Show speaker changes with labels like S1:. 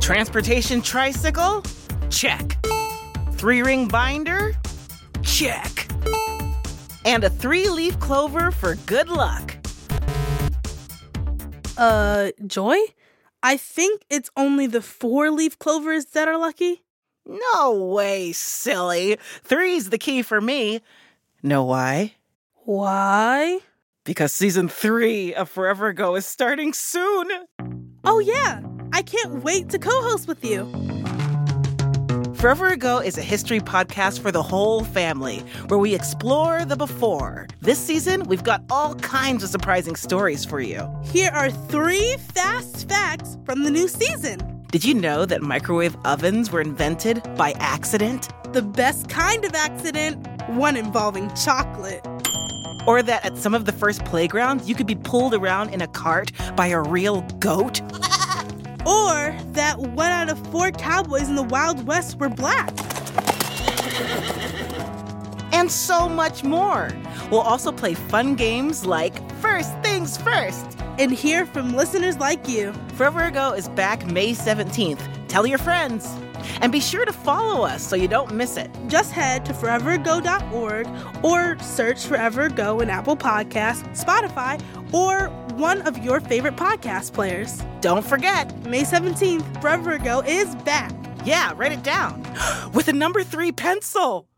S1: Transportation tricycle? Check. Three ring binder? Check. And a three leaf clover for good luck.
S2: Uh, Joy? I think it's only the four leaf clovers that are lucky.
S1: No way, silly. Three's the key for me. Know why?
S2: Why?
S1: Because season three of Forever Go is starting soon.
S2: Oh, yeah! I can't wait to co host with you.
S1: Forever Ago is a history podcast for the whole family, where we explore the before. This season, we've got all kinds of surprising stories for you.
S2: Here are three fast facts from the new season
S1: Did you know that microwave ovens were invented by accident?
S2: the best kind of accident, one involving chocolate.
S1: Or that at some of the first playgrounds, you could be pulled around in a cart by a real goat?
S2: Or that one out of four cowboys in the Wild West were black.
S1: And so much more. We'll also play fun games like First Things First.
S2: And hear from listeners like you.
S1: Forever Ago is back May 17th. Tell your friends. And be sure to follow us so you don't miss it.
S2: Just head to foreverago.org or search Forever Go in Apple Podcasts, Spotify, or one of your favorite podcast players.
S1: Don't forget,
S2: May 17th, Forever Go is back.
S1: yeah, write it down with a number three pencil.